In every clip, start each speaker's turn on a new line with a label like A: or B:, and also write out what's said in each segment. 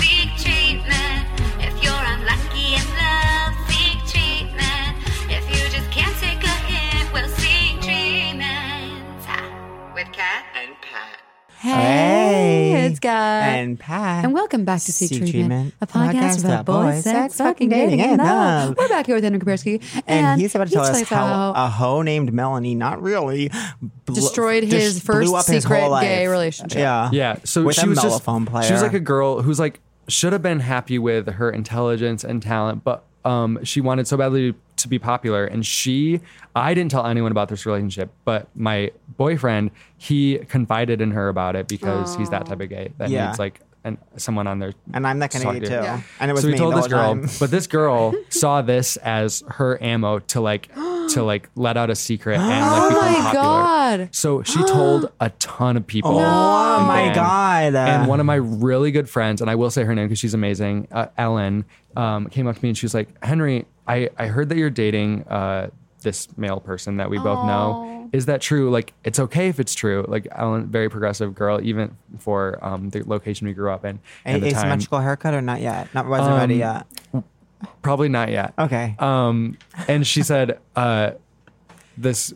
A: Seek treatment if you're unlucky in love. Seek treatment if you just can't take a hint. Well, seek treatment Ah, with Kat
B: and Pat.
C: Hey,
D: Hey, it's Guy.
C: and Pat.
D: And welcome back to Seek
C: Seek
D: Treatment,
C: Treatment,
D: a podcast about boys, sex, fucking dating, and love. We're back here with Andrew Kapersky.
C: And, he's about to tell us how a hoe named Melanie, not really, bl-
D: Destroyed
C: just
D: his first
C: blew up his
D: secret
C: whole life.
D: gay relationship.
C: Yeah,
E: Yeah. So
C: with
E: she
C: a
E: was just,
C: mellophone player.
E: She was like a girl who's like should have been happy with her intelligence and talent, but um, she wanted so badly to be popular. And she, I didn't tell anyone about this relationship, but my boyfriend, he confided in her about it because he's that type of gay that
C: Yeah.
E: needs like an, someone on their.
C: and I'm that kind of
E: Sorry,
C: gay
E: dude.
C: too.
E: Yeah.
C: And it was
E: so we
C: me
E: told
C: the
E: this
C: whole
E: girl,
C: time.
E: but this girl saw this as her ammo to like to like let out a secret and
D: Oh
E: like become
D: my
E: popular.
D: God.
E: So she told a ton of people.
C: Oh
E: And
C: my
E: then-
C: god!
E: and one of my really good friends, and I will say her name because she's amazing, uh, Ellen, um, came up to me and she was like, Henry, I, I heard that you're dating uh, this male person that we both know. Is that true? Like, it's okay if it's true. Like, Ellen, very progressive girl, even for um, the location we grew up in.
C: a-
E: and the time.
C: asymmetrical haircut or not yet? Not wasn't ready
E: Um,
C: yet.
E: Probably not yet.
C: Okay.
E: Um, and she said, uh, this,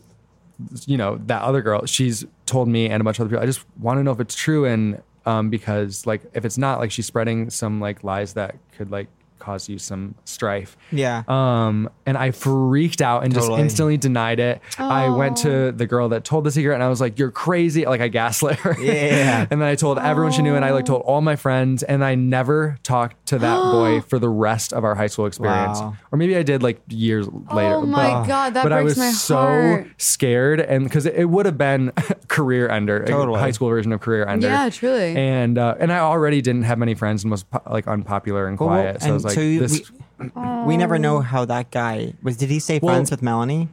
E: you know, that other girl, she's told me and a bunch of other people, I just want to know if it's true. And, um, because like, if it's not like she's spreading some like lies that could like cause you some strife.
C: yeah.
E: Um, and I freaked out and
C: Totally.
E: just instantly denied it. I went to the girl that told the secret and I was like, You're crazy. Like I gaslit her.
C: Yeah.
E: and then I told everyone she knew and I like told all my friends and I never talked to that boy for the rest of our high school experience.
C: Wow.
E: Or maybe I did like years later.
D: Oh my God, that
E: but I
D: breaks
E: was
D: my
E: so
D: heart.
E: scared and because it, it would have been career ender,
C: Totally.
E: a high school version of career ender.
D: Yeah, truly.
E: And uh, and I already didn't have many friends and was po- like unpopular and
C: Well, well,
E: quiet. so I
C: and
E: was like,
C: so you-
E: this
C: we, we never know how that guy was. Did he stay
E: Well-
C: friends with Melanie?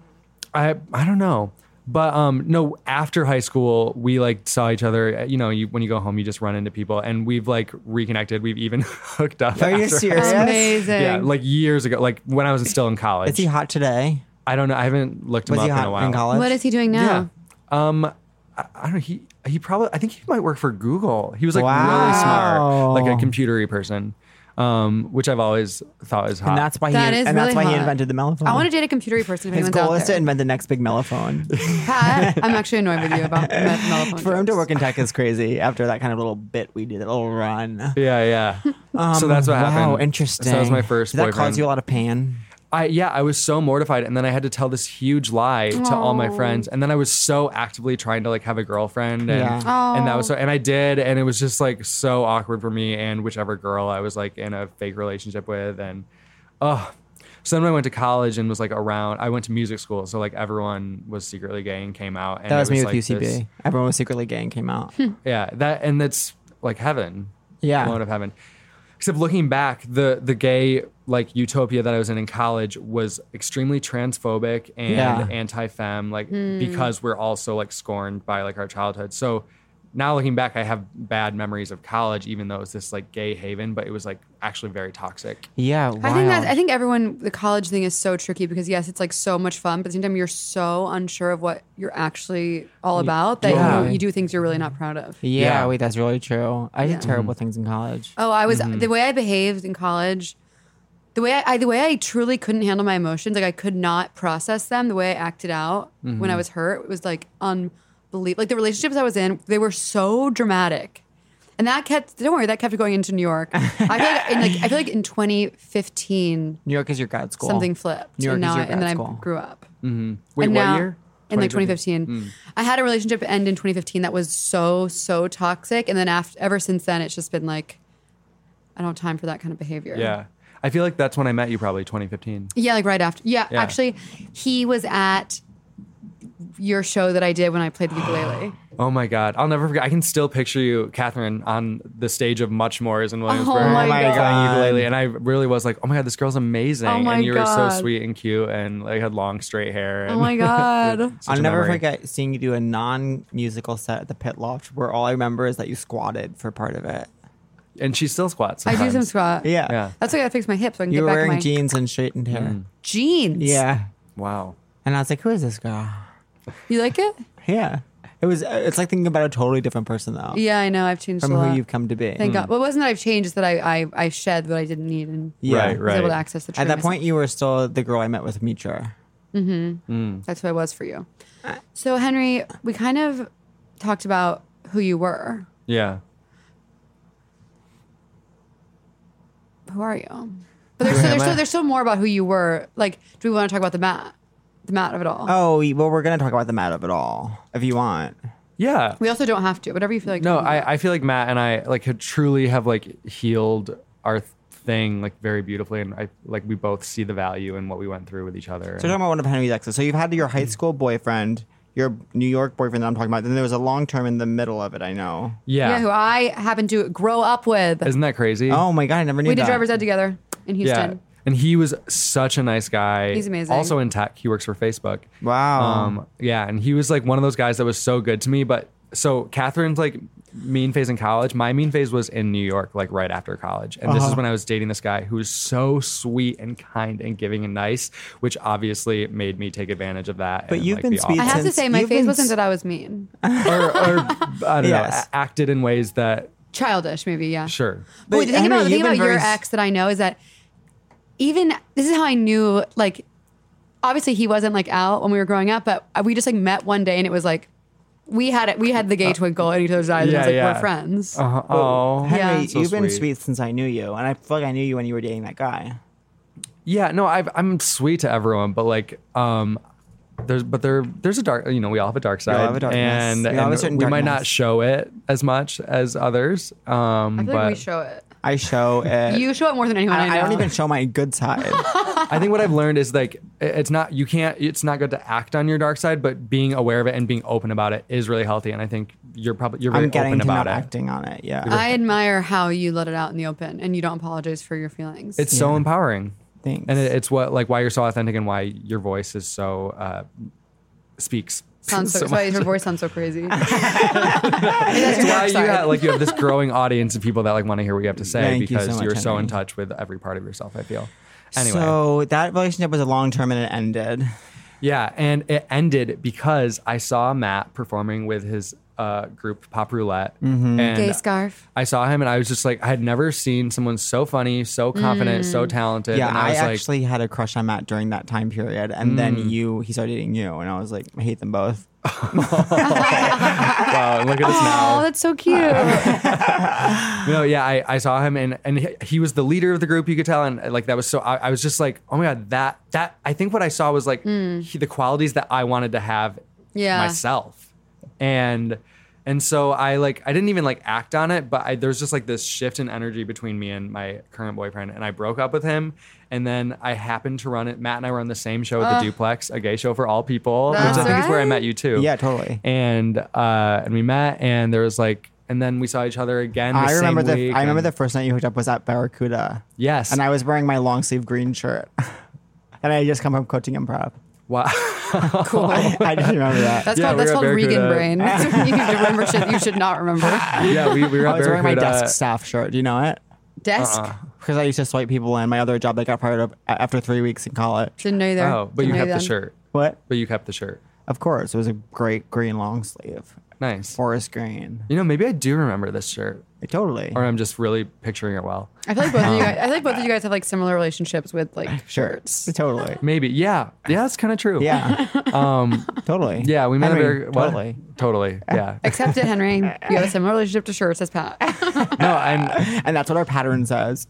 E: I I don't know. But um no, after high school we like saw each other. uh, You know, you when you go home, you just run into people, and we've like reconnected. We've even hooked up.
C: Are you
E: after-
C: serious?
D: Amazing.
E: Yeah, like years ago, like when I was still in college.
C: Is he hot today?
E: I don't know. I haven't looked him
C: Was
E: up
C: he
E: in a
C: hot
E: while.
C: in college?
D: what is he doing
E: Yeah.
D: now?
E: Um, I, I don't know. He he probably. I think he might work for Google. He was like really
C: Wow.
E: smart, like a computery person, um, which I've always thought is hot.
C: And that's why
D: That
C: he
D: is
C: and that's
D: really
C: why he
D: hot.
C: invented the mellophone.
D: I want to date a computery person if
C: His
D: anyone's out
C: goal is to
D: there.
C: invent the next big mellophone.
D: Pat, I'm actually annoyed with you about meth melatonin.
C: For him to
D: jokes.
C: work in tech is crazy. After that kind of little bit we did, that little run.
E: yeah, yeah. so that's what happened.
C: Um, Wow, interesting.
E: So that was my first.
C: Did that
E: boyfriend.
C: cause you a lot of pain?
E: I yeah, I was so mortified, and then I had to tell this huge lie to all my friends, and then I was so actively trying to like have a girlfriend, and
C: Yeah.
E: and that was so, and I did, and it was just like so awkward for me and whichever girl I was like in a fake relationship with, and oh. So then when I went to college and was like around. I went to music school, so like everyone was secretly gay and came out. And
C: That
E: it
C: was, me with
E: like
C: UCB.
E: this-
C: Everyone was secretly gay and came out.
D: Hmm.
E: yeah, that and that's like heaven.
C: Yeah.
E: alone of heaven. Except looking back, the the gay like utopia that I was in in college was extremely transphobic and
C: Yeah.
E: anti-femme, like because we're also like scorned by like our childhood. So now looking back, I have bad memories of college, even though it's this like gay haven, but it was like actually very toxic.
C: yeah,
D: I think that's, I
C: wild.
D: think everyone the college thing is so tricky because yes, it's like so much fun, but at the same time you're so unsure of what you're actually all about that
E: Yeah.
D: you, you do things you're really not proud of.
C: yeah,
E: Yeah.
C: wait, that's really true. I did terrible things in college.
D: Oh, I was
C: Mm-hmm.
D: the way I behaved in college. The way I, I the way I truly couldn't handle my emotions, like I could not process them. The way I acted out
C: Mm-hmm.
D: when I was hurt was like unbelievable. Like the relationships I was in, they were so dramatic, and that kept. Don't worry, that kept going into New York. I feel like in like I feel like in 2015
C: New York is your grad school.
D: something flipped,
C: New York
D: and
C: is
D: now
C: your
D: I- and
C: grad
D: then
C: school.
D: I grew up.
E: Wait,
D: And
E: what
D: now-
E: year?
D: In like 2015,
C: Hmm.
D: I had a relationship end in 2015 that was so so toxic, and then after ever since then, it's just been like, I don't have time for that kind of behavior.
E: Yeah. I feel like that's when I met you probably 2015.
D: yeah, like right after. Yeah,
E: Yeah.
D: actually, he was at your show that I did when I played the ukulele.
E: Oh my God. I'll never forget. I can still picture you, Catherine, on the stage of Much Mores in Williamsburg.
D: Oh my my God.
C: God.
E: Playing ukulele. And I really was like, oh my God, this girl's amazing.
D: Oh my
E: and you were
D: God.
E: so sweet and cute and like had long straight hair.
D: Oh
E: and-
D: my God.
E: Such
C: I'll
E: a
C: never
E: memory.
C: forget seeing you do a non-musical set at the Pit Loft, where all I remember is that you squatted for part of it.
E: And she still squats.
D: I do
E: sometimes.
D: some squat.
C: Yeah,
E: Yeah.
D: That's why I gotta fix my hips so I can
C: you
D: get
C: were
D: back in
C: wearing
D: my
C: jeans and straightened hair.
D: jeans.
C: Yeah,
E: Wow.
C: and I was like, "Who is this girl?"
D: You like it?
C: Yeah, it was. uh, It's like thinking about a totally different person though,
D: Yeah, I know. I've changed
C: from
D: a lot.
C: who you've Hmm. come to be. Mm.
D: Thank God. Well, it wasn't that I've changed, it's that I, I, I shed what I didn't need and
C: Yeah.
E: Right,
D: was
E: right.
D: able to access the
C: At
D: true
C: that point, you were still the girl I met with Mitra.
D: myself. That's who I was for you. So, Henry, we kind of talked about who you were.
E: Yeah.
D: Who are you? But there's,
E: Who
D: still,
E: am
D: there's, still,
E: I?
D: there's still more about who you were. Like, do we want to talk about the mat? The mat of it
E: Uh,
D: all?
C: Oh, well, we're gonna talk about the mat of it all if you want.
E: Yeah.
D: We also don't have to. Whatever you feel like.
E: No,
D: talking about.
E: I, I feel like Matt and I like had truly have like healed our th- thing like very beautifully, and I like we both see the value in what we went through with each other.
C: So we're talking about one of Henry's exes. So you've had your high school boyfriend, your New York boyfriend that I'm talking about. Then there was a long term in the middle of it. I know.
D: Yeah,
E: yeah,
D: who I happened to grow up with.
E: isn't that crazy?
C: Oh my god, I never knew
D: we did
C: that.
D: driver's ed together in Houston.
E: yeah. And he was such a nice guy.
D: He's amazing.
E: Also in tech, he works for Facebook.
C: Wow.
E: Um, yeah, and he was like one of those guys that was so good to me. But so Catherine's like mean phase in college. My mean phase was in New York, like right after college. And
C: Uh-huh.
E: this is when I was dating this guy who was so sweet and kind and giving and nice, which obviously made me take advantage of that.
C: But
E: and,
C: you've
E: like,
C: been
E: be awful.
D: I have to
C: Since
D: say, my
C: you've
D: phase
C: been
D: wasn't
C: s-
D: that I was mean.
E: or, or I don't
C: Yes.
E: know, a- acted in ways that
D: Childish, maybe. Yeah.
E: sure.
D: But wait, the thing
C: Henry,
D: about the thing
C: you've been
D: about your
C: very s-
D: ex that I know is that even this is how I knew. Like, obviously, he wasn't like out when we were growing up, but we just like met one day, and it was like we had it. We had the gay twinkle in each other's eyes. and it was
E: yeah,
D: like
E: yeah.
D: we're friends.
E: Uh, oh,
C: Henry,
D: Yeah.
E: So
C: you've been
E: sweet.
C: sweet since I knew you, and I feel like I knew you when you were dating that guy.
E: Yeah, no, I've, I'm sweet to everyone, but like, um, there's but there there's a dark, you know, we all have a dark side,
C: all have a darkness.
E: and,
C: We all have a
E: and
C: certain
E: we might
C: darkness.
E: not show it as much as others. Um,
D: I feel
E: but
D: like we show it.
C: I show it.
D: You show it more than anyone I,
C: I, I
D: know.
C: don't even show my good side.
E: I think what I've learned is like i- it's not you can't it's not good to act on your dark side, but being aware of it and being open about it is really healthy. And I think you're probably you're very
C: I'm getting
E: open
C: to
E: about
C: not
E: it.
C: acting on it. Yeah.
D: I admire how you let it out in the open, and you don't apologize for your feelings.
E: It's so empowering,
C: Thanks.
E: and it, it's what like why you're so authentic and why your voice is so uh, speaks.
D: sounds so,
E: so
D: sorry,
E: much.
D: your voice sounds so crazy.
E: That's why you
D: side.
E: have like you have this growing audience of people that like want to hear what you have to say
C: Thank you
E: because
C: so much,
E: you are so
C: Henry.
E: in touch with every part of yourself. I feel. Anyway,
C: So that relationship was a long term and it ended.
E: yeah, and it ended because I saw Matt performing with his uh, group Pop Roulette
C: Mm-hmm.
E: and
D: Gay scarf.
E: I saw him and I was just like, I had never seen someone so funny, so confident, so
D: Mm.
E: talented.
C: Yeah,
E: and
C: I,
E: was like, Mm.
C: actually had a crush on Matt during that time period, and then you, he started dating you, and I was like, I hate them both.
E: wow, look at us now.
D: Oh, that's so cute.
E: No, yeah, I, I saw him and and he, he was the leader of the group. You could tell, and like that was so. I, I was just like, oh my god, that that. I think what I saw was like he, the qualities that I wanted to have
D: Hmm. Yeah.
E: myself, and and so I like I didn't even like act on it, but I, there was just like this shift in energy between me and my current boyfriend, and I broke up with him. And then I happened to run it. Matt and I were on the same show at the Duplex, a gay show for all people,
D: That's
E: which I think is where I
D: right.
E: met you too.
C: Yeah, totally.
E: And uh, and we met, and there was like, and then we saw each other again. The
C: I remember
E: same
C: the
E: week,
C: I remember
E: and-
C: the first night you hooked up was at Barracuda.
E: Yes.
C: and I was wearing my long sleeve green shirt, and I had just come from coaching improv.
E: Wow. Oh.
D: cool.
C: I just remember that.
D: That's
E: Yeah,
D: called
E: we
D: that's
E: were at
D: called Regan
E: Barracuda.
D: brain. you need to remember shit you should not remember.
E: yeah, we, we were
C: I
E: at
C: was wearing my
E: Barracuda.
C: desk staff shirt. Do you know it?
D: Desk.
C: Because I used to swipe people in my other job that got fired up a- after three weeks in college.
D: Didn't know either.
E: Oh, but
D: Didn't
E: you
D: know
E: kept
D: then.
E: the shirt.
C: What?
E: But you kept the shirt.
C: Of course, it was a great green long sleeve,
E: Nice.
C: forest green.
E: You know, maybe I do remember this shirt,
C: Totally.
E: or I'm just really picturing it well.
D: I feel like both of you guys. I feel like both of you guys have like similar relationships with like
C: shirts.
D: shirts.
C: Totally.
E: Maybe. Yeah. Yeah, that's kind of true.
C: Yeah.
E: Um.
C: Totally.
E: Yeah, we met
C: Henry,
E: at Barracuda.
C: Totally.
E: Totally. Yeah.
D: Except it, Henry. You have a similar relationship to shirts as Pat. Oh,
E: no, I'm.
C: And that's what our pattern says.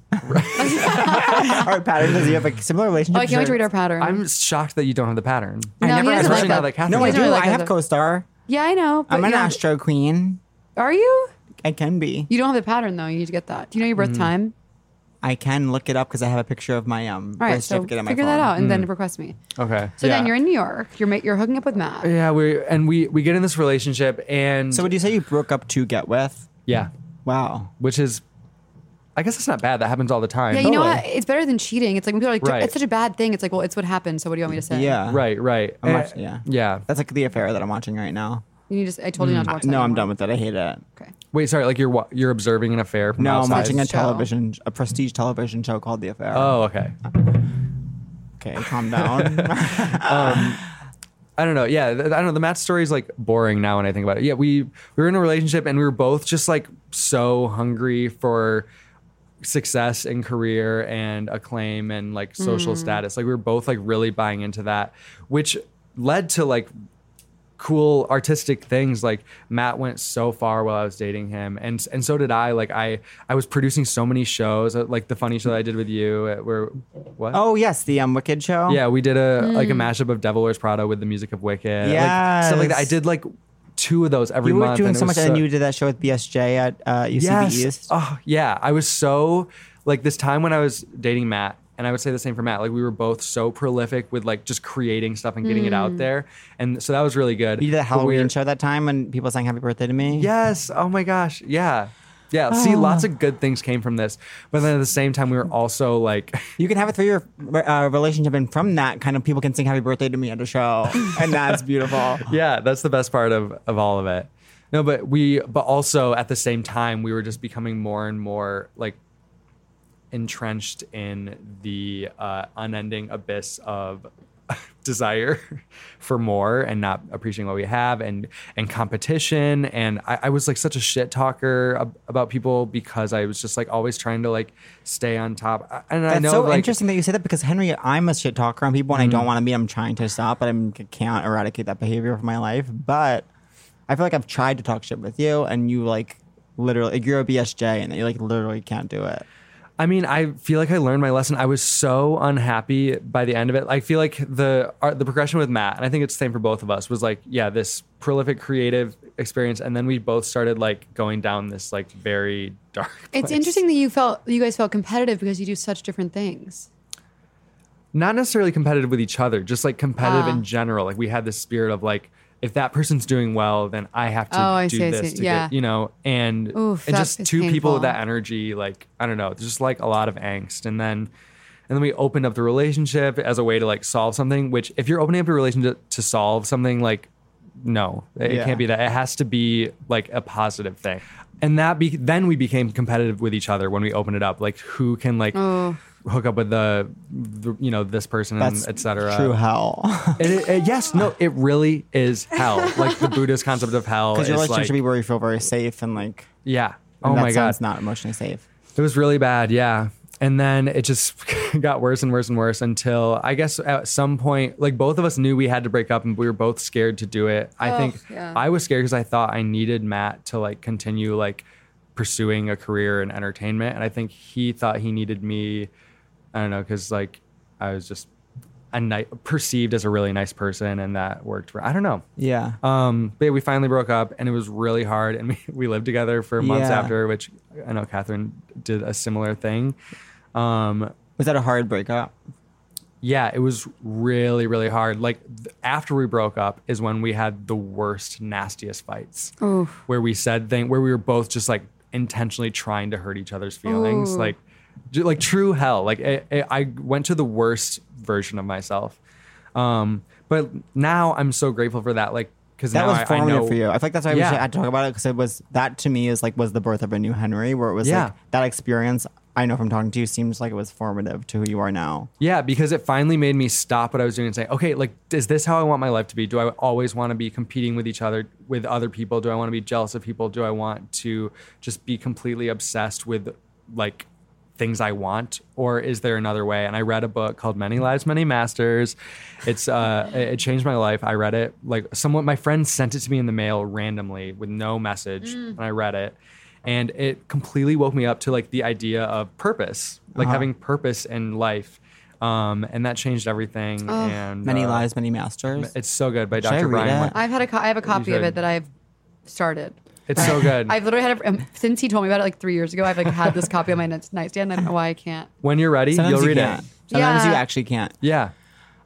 C: our pattern says you have a similar relationship.
D: Oh, I can't wait to read our pattern.
E: I'm shocked that you don't have the pattern.
D: no,
C: I
D: he
C: never-
D: doesn't like
C: especially
E: now
D: that.
E: that Catherine-
C: No, I
D: He
C: do.
D: doesn't really like
C: I have
D: that.
C: co-star.
D: Yeah, I know. But
C: I'm
D: you
C: an
D: don't-
C: Astro Queen.
D: Are you?
C: I can be.
D: You don't have the pattern though. You need to get that. Do you know your birth time?
C: I can look it up because I have a picture of my um
D: All right,
C: birth
D: so
C: certificate
D: figure
C: on my phone.
D: that out and then request me.
E: Okay.
D: So
C: Yeah.
D: then you're in New York. You're ma- you're hooking up with Matt.
E: Yeah, we and we we get in this relationship and
C: So would you say you broke up to get with?
E: yeah,
C: Wow.
E: which is I guess it's not bad. That happens all the time.
D: Yeah, you know
C: Totally.
D: what? It's better than cheating. It's like when people are like,
E: Right.
D: it's such a bad thing. It's like, well, it's what happened. So what do you want me to say?
C: Yeah.
E: Right, right.
C: I'm
E: Eh,
C: watch- yeah.
E: Yeah.
C: That's like the affair that I'm watching right now.
D: You need to. s- I told you not to watch that.
C: Mm. No, I'm
D: anymore.
C: done with that. I hate it.
D: Okay.
E: Wait, sorry. Like you're wa- you're observing an affair. From
C: No, I'm
E: outside.
C: watching a
D: Show.
C: television, a prestige television show called The Affair.
E: Oh, okay.
C: Okay, calm down.
E: I don't know. Yeah, th- I don't know. The Matt story is like boring now when I think about it. Yeah, we we were in a relationship and we were both just like so hungry for success and career and acclaim and like social status. Like we were both like really buying into that, which led to like cool artistic things like Matt went so far while I was dating him and and so did I like I I was producing so many shows uh, like the funny show that I did with you uh, where what
C: oh yes, the um Wicked show.
E: yeah, we did a like
C: Hmm.
E: a mashup of Devil Wears Prada with the music of Wicked. Like, stuff like that. I
C: Yes.
E: did like two of those every
C: you were
E: month.
C: doing
E: and it
C: so much,
E: was
C: and you did that show with BSJ at uh, UCB
E: yes.
C: East.
E: Oh yeah. I was so like this time when I was dating Matt, and I would say the same for Matt. Like we were both so prolific with like just creating stuff and getting it out there, and so that was really good.
C: Hmm. You did that
E: But we
C: Halloween
E: were-
C: show that time when people sang "Happy Birthday" to me.
E: Yes. Oh my gosh. Yeah. Yeah. See,
C: Oh.
E: lots of good things came from this, but then at the same time, we were also like.
C: You can have it through your uh, relationship, and from that, kind of people can sing "Happy Birthday" to me at a show, and that's beautiful.
E: yeah, that's the best part of of all of it. No, but we but also at the same time we were just becoming more and more like entrenched in the uh, unending abyss of desire for more and not appreciating what we have and and competition and I, I was like such a shit talker ab- about people because I was just like always trying to like stay on top I- and I
C: That's
E: know
C: so
E: like Mm.
C: interesting that you say that because Henry, I'm a shit talker on people, and I don't want to be. I'm trying to stop, but I'm- I can't eradicate that behavior from my life. But I feel like I've tried to talk shit with you, and you like literally, like, you're a BSJ, and you like literally can't do
E: Mm,
C: it.
E: I mean, I feel like I learned my lesson. I was so unhappy by the end of it. I feel like the uh, the progression with Matt, and I think it's the same for both of us, was like, yeah, this prolific creative experience, and then we both started like going down this like very dark.
D: It's
E: place.
D: interesting that you felt you guys felt competitive because you do such different things.
E: not necessarily competitive with each other, just like competitive
D: Ah.
E: in general. Like we had this spirit of like, if that person's doing well, then I have to
D: Oh, I
E: do
D: see, I
E: this
D: see.
E: to
D: Yeah.
E: get, you know, and
D: Oof,
E: and
D: that
E: just
D: is
E: two people
D: painful.
E: with that energy, like I don't know, there's just like a lot of angst, and then and then we opened up the relationship as a way to like solve something. Which if you're opening up a relationship to solve something, like no, it
C: Yeah.
E: can't be that. It has to be like a positive thing. And that be- then we became competitive with each other when we opened it up. Like who can like
D: Oh.
E: hook up with the, the you know this person
C: That's
E: and etc.
C: True hell.
E: It, it- it- yes, no, it really is hell. Like the Buddhist concept of hell
C: Because your
E: is
C: relationship
E: like
C: should be where you feel very safe and like.
E: yeah.
C: and
E: Oh
C: that
E: my god,
C: sounds not emotionally safe.
E: it was really bad. Yeah. And then it just got worse and worse and worse until I guess at some point, like both of us knew we had to break up and we were both scared to do it. I
D: Ugh,
E: think
D: yeah.
E: I was scared because I thought I needed Matt to like continue like pursuing a career in entertainment. And I think he thought he needed me, I don't know, because like I was just a ni- perceived as a really nice person and that worked for, I don't know.
C: Yeah.
E: Um, but yeah, we finally broke up and it was really hard and we, we lived together for months
C: Yeah.
E: after, which I know Catherine did a similar thing. Um,
C: Was that a hard breakup?
E: yeah, it was really, really hard. Like th- after we broke up is when we had the worst, nastiest fights where we said thing where we were both just like intentionally trying to hurt each other's feelings.
D: Ooh.
E: Like, ju- like true hell. Like it, it, I went to the worst version of myself. Um, but now I'm so grateful for that. Like, cause
C: That
E: now
C: was
E: I- I,
C: formative
E: know
C: for you. I feel like that's why we
E: Yeah.
C: should, had to talk about it because it was that to me is like was the birth of a new Henry, where it was
E: Yeah.
C: like that experience. I know from talking to you seems like it was formative to who you are now.
E: Yeah, because it finally made me stop what I was doing and say, okay, like, is this how I want my life to be? Do I always want to be competing with each other, with other people? Do I want to be jealous of people? Do I want to just be completely obsessed with like things I want? Or is there another way? And I read a book called Many Lives, Many Masters. It's, uh, it it changed my life. I read it, like, someone, my friend sent it to me in the mail randomly with no message, and I read it. And it completely woke me up to like the idea of purpose, like having purpose in life um, and that changed everything. and
C: Many
E: uh,
C: lives, many masters.
E: It's so good by
C: I
E: Dr.
C: read
E: Brian.
C: it?
E: Wen-
D: I've had a co- I have a copy of
E: should.
D: it that I've started.
E: It's so good.
D: I've literally had it um, since he told me about it like three years ago. I've like had this copy on my night- nightstand. I don't know why I can't.
E: when you're ready,
C: Sometimes
E: you'll
C: you
E: read
C: can't.
E: it.
C: Sometimes you
D: Yeah.
C: actually can't.
E: Yeah.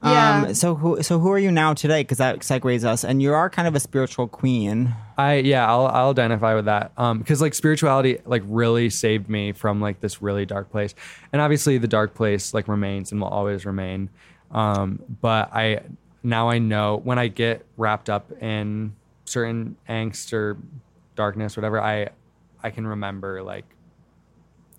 D: Yeah.
C: Um, so who so who are you now today? Because that segues us, and you are kind of a spiritual queen.
E: I yeah, I'll I'll identify with that. Um because like spirituality like really saved me from like this really dark place. And obviously the dark place like remains and will always remain. Um but I now I know when I get wrapped up in certain angst or darkness whatever, I I can remember like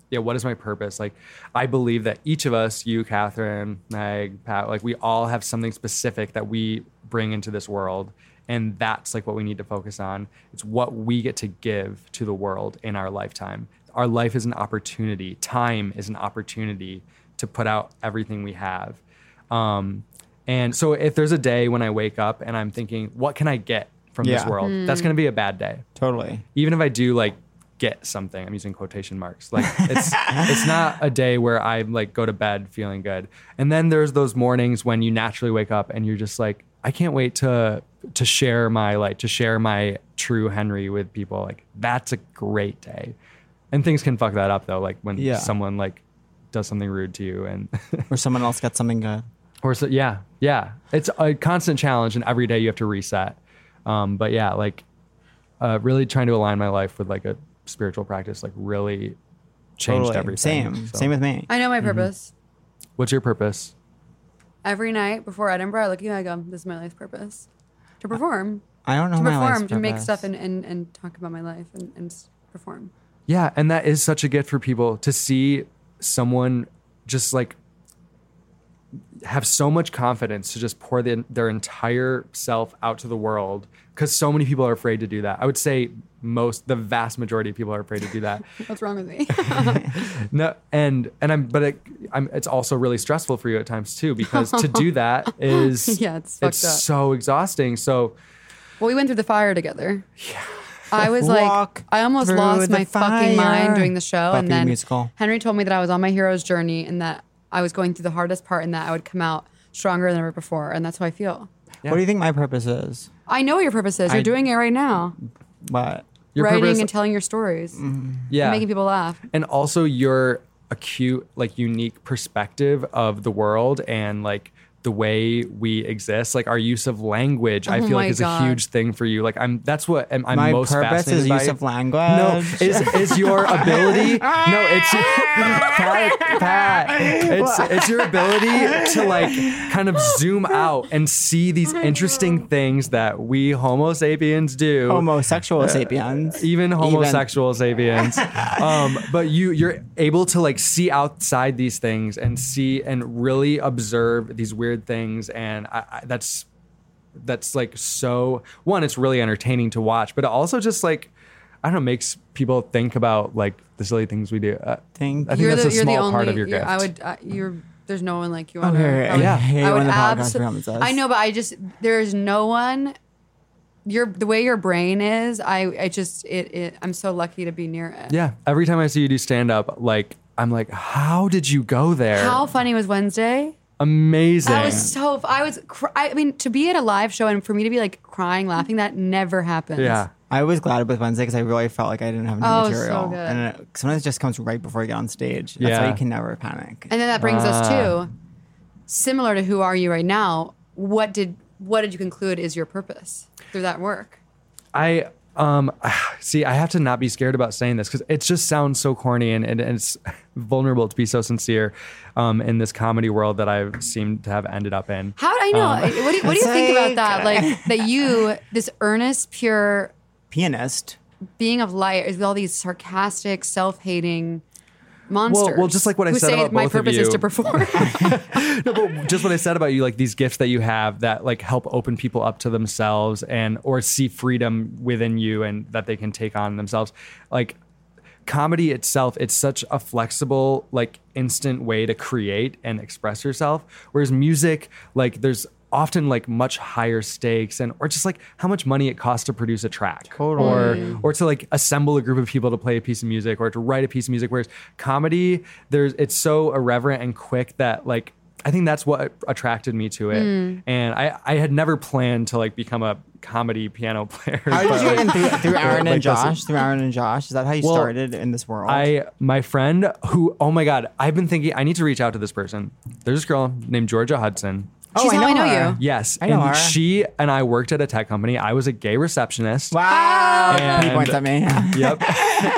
E: yeah, what is my purpose? Like, I believe that each of us, you, Catherine, Meg, Pat, like we all have something specific that we bring into this world. And that's like what we need to focus on. It's what we get to give to the world in our lifetime. Our life is an opportunity. Time is an opportunity to put out everything we have. Um, and so if there's a day when I wake up and I'm thinking, what can I get from this
C: Yeah.
E: world? That's going to be a bad day
C: Totally.
E: even if I do like get something, I'm using quotation marks. Like it's it's not a day where I like go to bed feeling good. And then there's those mornings when you naturally wake up and you're just like, I can't wait to to share my like to share my true Henry with people. Like that's a great day. And things can fuck that up though. Like when
C: Yeah.
E: someone like does something rude to you and
C: Or someone else got something good.
E: or so uh, yeah yeah it's a constant challenge and every day you have to reset um but yeah like uh really trying to align my life with like a spiritual practice like really changed
C: Totally.
E: everything
C: Same.
E: So,
C: Same with me.
D: I know my purpose.
E: what's your purpose
D: Every night before Edinburgh, I look at you and I go, "This is my life's purpose: to perform,
C: I don't know
D: to
C: Uh, my life's
D: perform, to make
C: purpose.
D: stuff and, and and talk about my life and and s- perform."
E: yeah and that is such a gift for people to see someone just like have so much confidence to just pour the, their entire self out to the world because so many people are afraid to do that i would say most the vast majority of people are afraid to do that
D: What's wrong with me?
E: No, and and I'm, but it, I'm, it's also really stressful for you at times too because to do that is
D: Yeah, it's fucked up.
E: so exhausting. So
D: Well, we went through the fire together. Yeah. I was like,
C: Walk
D: I almost
C: through
D: lost
C: the
D: my fucking
C: fire.
D: mind during the show.
C: Buffy
D: and
C: the
D: then
C: musical.
D: Henry told me that I was on my hero's journey and that I was going through the hardest part and that I would come out stronger than ever before. And that's how I feel.
E: Yeah.
C: What do you think my purpose is?
D: I know what your purpose is. You're
E: I-
D: doing it right now,
C: What?
E: your
D: writing
E: purpose,
D: and telling your stories,
C: Mm-hmm.
E: yeah,
D: making people laugh.
E: and also your acute, like unique perspective of the world and like the way we exist, like our use of language. I
D: Oh
E: feel
D: my
E: like is
D: God.
E: a huge thing for you. Like I'm, that's what I'm, I'm
C: My
E: most
C: purpose
E: fascinated
C: is
E: by.
C: use of language.
E: No, is is your ability? No, it's Pat. Pat. It's it's your ability to like kind of zoom out and see these interesting things that we Homo sapiens do.
C: Oh, homosexual sapiens.
E: even homosexual sapiens um, but you you're able to like see outside these things and see and really observe these weird things and I, I, that's that's like so one it's really entertaining to watch but it also just like i don't know makes people think about like the silly things we do uh,
C: Think-
E: i think that's a small part of your
D: you're-
E: gift
D: I would. I, you're. There's no one like you
C: Oh,
D: on
C: here,
D: earth. I would,
C: yeah. I hate
D: I would
C: when the podcast
D: abso-
C: becomes us.
D: I know, but I just there is no one. Your the way your brain is. I. I just it. it I'm so lucky to be near it.
E: yeah every time i see you do stand up like i'm like how did you go there
D: How funny was Wednesday?
E: amazing
D: I was so. I was. Cr- I mean, to be at a live show and for me to be like crying, laughing, that never happens.
E: yeah
C: I was glad with Wednesday because I really felt like I didn't have
D: Oh,
C: any
D: so
C: material,
D: good.
C: and it, sometimes it just comes right before you get on stage. That's why
E: Yeah.
C: you can never panic.
D: And then that brings us
E: Ah.
D: to similar to who are you right now? What did what did you conclude is your purpose through that work?
E: I um see I have to not be scared about saying this because it just sounds so corny and, and it's vulnerable to be so sincere um in this comedy world that I seem to have ended up in.
D: How I know?
E: Um,
D: what do, what do you
C: It's
D: think about that?
C: like-
D: Like that you, this earnest, pure
C: Pianist.
D: being of light, is with all these sarcastic, self-hating monsters.
E: just like what I
D: who
E: said
D: say
E: about
D: my
E: both of
D: purpose is
E: you." Oh,
D: to perform.
E: No, but just what I said about you, like these gifts that you have that like help open people up to themselves and or see freedom within you and that they can take on themselves. Like comedy itself, it's such a flexible, like instant way to create and express yourself. Whereas music, like there's often like much higher stakes and or just like how much money it costs to produce a track or or to like assemble a group of people to play a piece of music or to write a piece of music whereas comedy there's it's so irreverent and quick that like I think that's what attracted me to it. And I, I had never planned to like become a comedy piano player.
C: How did
E: but,
C: you
E: like,
C: get in through, through Aaron and
E: like, that's-
C: Josh? Through Aaron and Josh, is that how you
E: Well,
C: started in this world?
E: I my friend who oh my god I've been thinking I need to reach out to this person. There's this girl named Georgia Hudson.
C: Oh,
D: She's how I know
C: her.
D: you.
E: Yes,
C: I know
E: and
C: her.
E: she and I worked at a tech company. I was a gay receptionist.
C: Wow. he
E: And-
C: points at me.
E: Yep.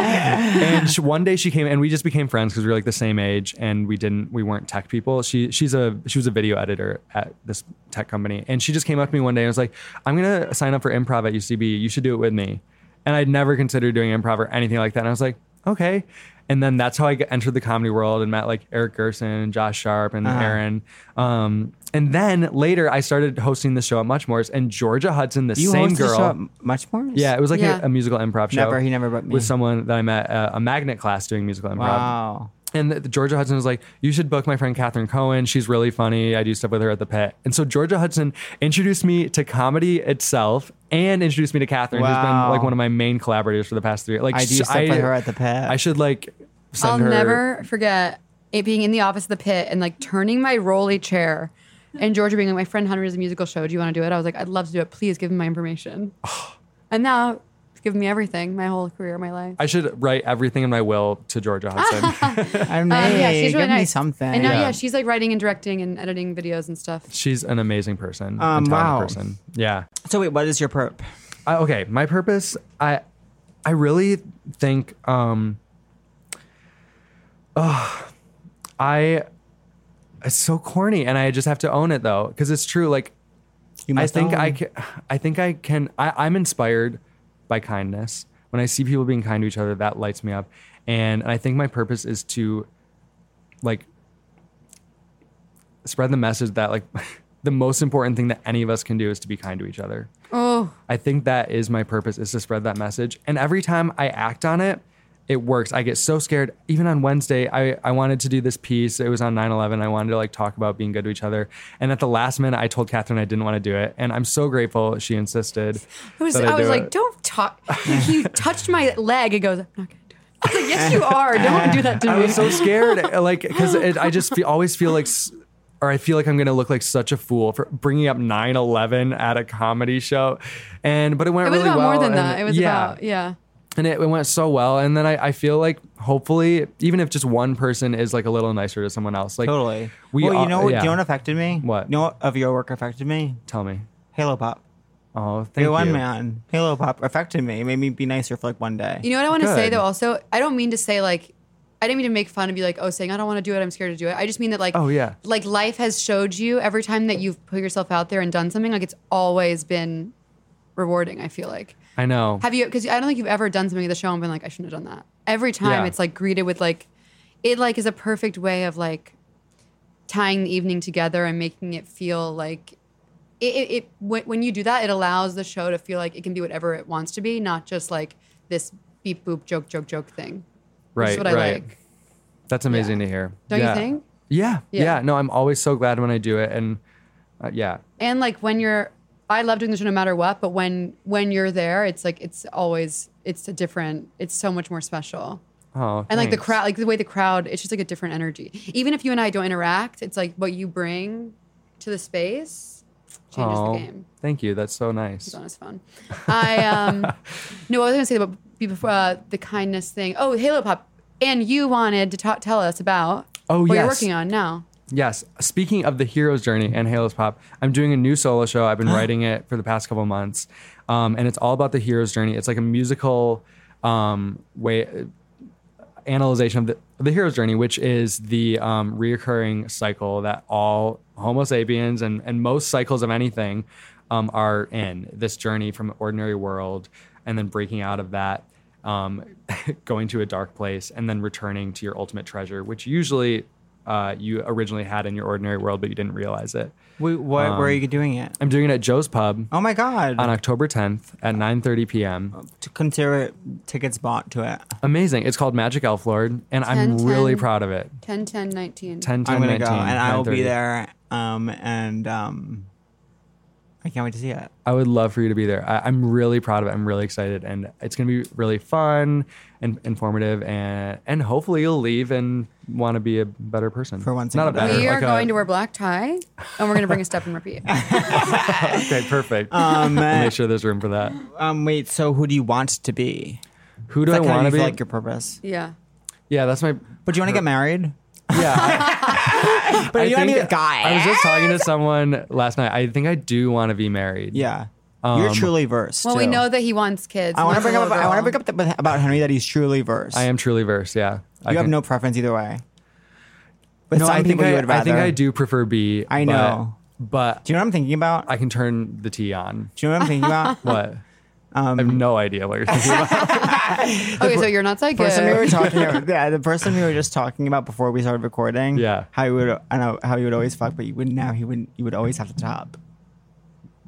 E: and she, one day she came and we just became friends because we were like the same age and we didn't we weren't tech people. She she's a she was a video editor at this tech company and she just came up to me one day and was like, "I'm gonna sign up for improv at UCB. You should do it with me." And I'd never considered doing improv or anything like that. And I was like, "Okay." And then that's how I got- entered the comedy world and met like Eric Gerson and Josh Sharp and
C: Uh-huh.
E: Aaron. Um, and then later I started hosting the show at Muchmore's and Georgia Hudson, the
C: You
E: same
C: host the
E: girl.
C: show at much more.
E: Yeah, it was like
D: Yeah.
E: a, a musical improv show.
C: Never- he never booked me.
E: With someone that I met uh, a magnet class doing musical improv.
C: Wow.
E: And the, Georgia Hudson was like, "You should book my friend Catherine Cohen. She's really funny. I do stuff with her at the Pit." And so Georgia Hudson introduced me to comedy itself and introduced me to Catherine, who's been
C: Wow.
E: like one of my main collaborators for the past three. Like
C: I do
E: sh-
C: stuff with her at the Pit.
E: I should like send
D: I'll
E: her.
D: never forget it being in the office of the pit and like turning my rolly chair and Georgia being like, My friend Hunter does a musical show. Do you want to do it? I was like, I'd love to do it. Please give him my information. and now it's given me everything, my whole career, my life.
E: I should write everything in my will to Georgia Hudson.
C: I mean,
D: Um, yeah, she's really
C: give me
D: nice.
C: something.
D: And now, yeah.
E: Yeah.
D: she's like writing and directing and editing videos and stuff.
E: She's an amazing person.
C: Um,
E: Um,
C: wow.
E: Person. Yeah.
C: So wait, what is your perp?
E: I, okay, my purpose, I, I really think, um, ugh, I, it's so corny, and I just have to own it though, because it's true. Like,
C: You
E: I
C: must
E: think
C: own.
E: I can, I think I can, I, I'm inspired by kindness. When I see people being kind to each other, that lights me up, and, and I think my purpose is to, like, spread the message that like. The most important thing that any of us can do is to be kind to each other.
D: Oh,
E: I think that is my purpose is to spread that message. And every time I act on it, it works. I get so scared. Even on Wednesday, I, I wanted to do this piece. It was on 9 11. I wanted to like talk about being good to each other. And at the last minute, I told Catherine I didn't want to do it. And I'm so grateful she insisted.
D: I was,
E: that
D: I was
E: do
D: like,
E: it.
D: Don't talk. He touched my leg and goes, I'm not going to do it. I was like, Yes, you are. Don't do that to
E: I
D: me.
E: was so scared, like, because I just feel, always feel like, s- or I feel like I'm gonna look like such a fool for bringing up 9/11 at a comedy show, and but it went
D: it was
E: really
D: about
E: well.
D: more than
E: and-
D: that. It was
E: yeah.
D: about, yeah.
E: and it, it went so well and then I, I feel like hopefully even if just one person is like a little nicer to someone else like
C: Totally.
E: we
C: well,
E: are-
C: you know what?
E: yeah.
C: Do you know what affected me?
E: What?
C: You know what of your work affected me?
E: tell me
C: Halo Pop.
E: oh thank
C: You're
E: you
C: one man. Halo Pop affected me. It made me be nicer for like one day.
D: You know what I want to say
E: Good.
D: though. Also, I don't mean to say like, I didn't mean to make fun of you like, oh, saying I don't want to do it. I'm scared to do it. I just mean that like,
E: Oh, yeah.
D: like life has showed you every time that you've put yourself out there and done something, like it's always been rewarding. I feel like.
E: I know
D: Have you? Because I don't think you've ever done something at the show and been like, I shouldn't have done that. Every time
E: Yeah.
D: it's like greeted with like, it like is a perfect way of like tying the evening together and making it feel like it. it, it when, when you do that, it allows the show to feel like it can be whatever it wants to be, not just like this beep boop joke joke joke thing.
E: right
D: That's what
E: right
D: I like.
E: that's amazing
D: Yeah.
E: to hear
D: Don't you
E: Yeah.
D: think?
E: yeah,
D: Yeah.
E: yeah no I'm always so glad when I do it and uh, yeah
D: And like when you're, I love doing the show no matter what. But when when you're there, it's like it's always it's a different. It's so much more special.
E: oh
D: And like the
E: thanks.
D: crowd, like the way the crowd, it's just like a different energy. Even if you and I don't interact, it's like what you bring to the space changes
E: oh,
D: the game.
E: thank you that's so nice
D: He's on his phone. I um, no, I was gonna say about be- before uh, the kindness thing. Oh, Halo Pop, and you wanted to ta- tell us about
E: Oh,
D: what you're
E: yes.
D: working on now.
E: Yes. Speaking of the hero's journey and Halo's Pop, I'm doing a new solo show. I've been writing it for the past couple months, um, and it's all about the hero's journey. It's like a musical um, way analyzation of the, the hero's journey, which is the um, reoccurring cycle that all Homo sapiens and, and most cycles of anything um, are in this journey from an ordinary world and then breaking out of that, um, going to a dark place, and then returning to your ultimate treasure, which usually uh, you originally had in your ordinary world, but you didn't realize it.
C: Wait, what,
E: um,
C: where are you doing it?
E: I'm doing it at Joe's Pub
C: Oh my god!
E: on October 10th at 9:30 p.m.
C: to consider it, tickets bought to it.
E: Amazing! It's called Magic Elf Lord, and I'm
D: 10,
E: really
D: 10.
E: proud of it.
D: 10, 10, 19.
E: 10, 10,
C: I'm gonna
E: 19,
C: go, and I will be
E: 9:30.
C: there. Um, and um, I I can't wait to see it.
E: I would love for you to be there. I, I'm really proud of it. I'm really excited, and it's going to be really fun and informative, and and hopefully you'll leave and want to be a better person.
C: For one
E: not
C: single
E: a
C: day.
E: better.
D: We are
E: like a-
D: going to wear black tie, and we're going to bring a step and repeat.
E: okay, perfect.
C: Um,
E: Make sure there's room for that.
C: um, wait. So who do you want to be?
E: Who do
C: That
E: I
C: kind
E: want
C: of
E: to be?
C: feel like your purpose.
D: Yeah.
E: yeah, that's my.
C: But do you want to get married?
E: Yeah, I-
C: But you want to be
E: think-
C: a guy.
E: I was just talking to someone last night. I think I do want to be married.
C: yeah. You're
E: Um,
C: truly versed.
D: Well, we
E: Still.
D: know that he wants kids.
C: I want to
D: He
C: bring up.
D: wants a
C: I
D: little
C: want to
D: girl.
C: bring up the, about Henry that he's truly versed.
E: I am truly versed. Yeah, I
C: You have
E: can-
C: no preference either way. But
E: No,
C: some
E: I think
C: people
E: I,
C: you would
E: I
C: rather.
E: think I do prefer B.
C: I
E: but-
C: know.
E: but,
C: Do you know what I'm thinking about?
E: I can turn the T on.
C: do you know what I'm thinking about? Um,
E: What? I have no idea what you're thinking about.
D: Okay, so you're not psychic.
C: person we were talking about, yeah, the person we were just talking about before we started recording.
E: Yeah.
C: How you would I know how you would always fuck, but you wouldn't now he wouldn't you would always have to top.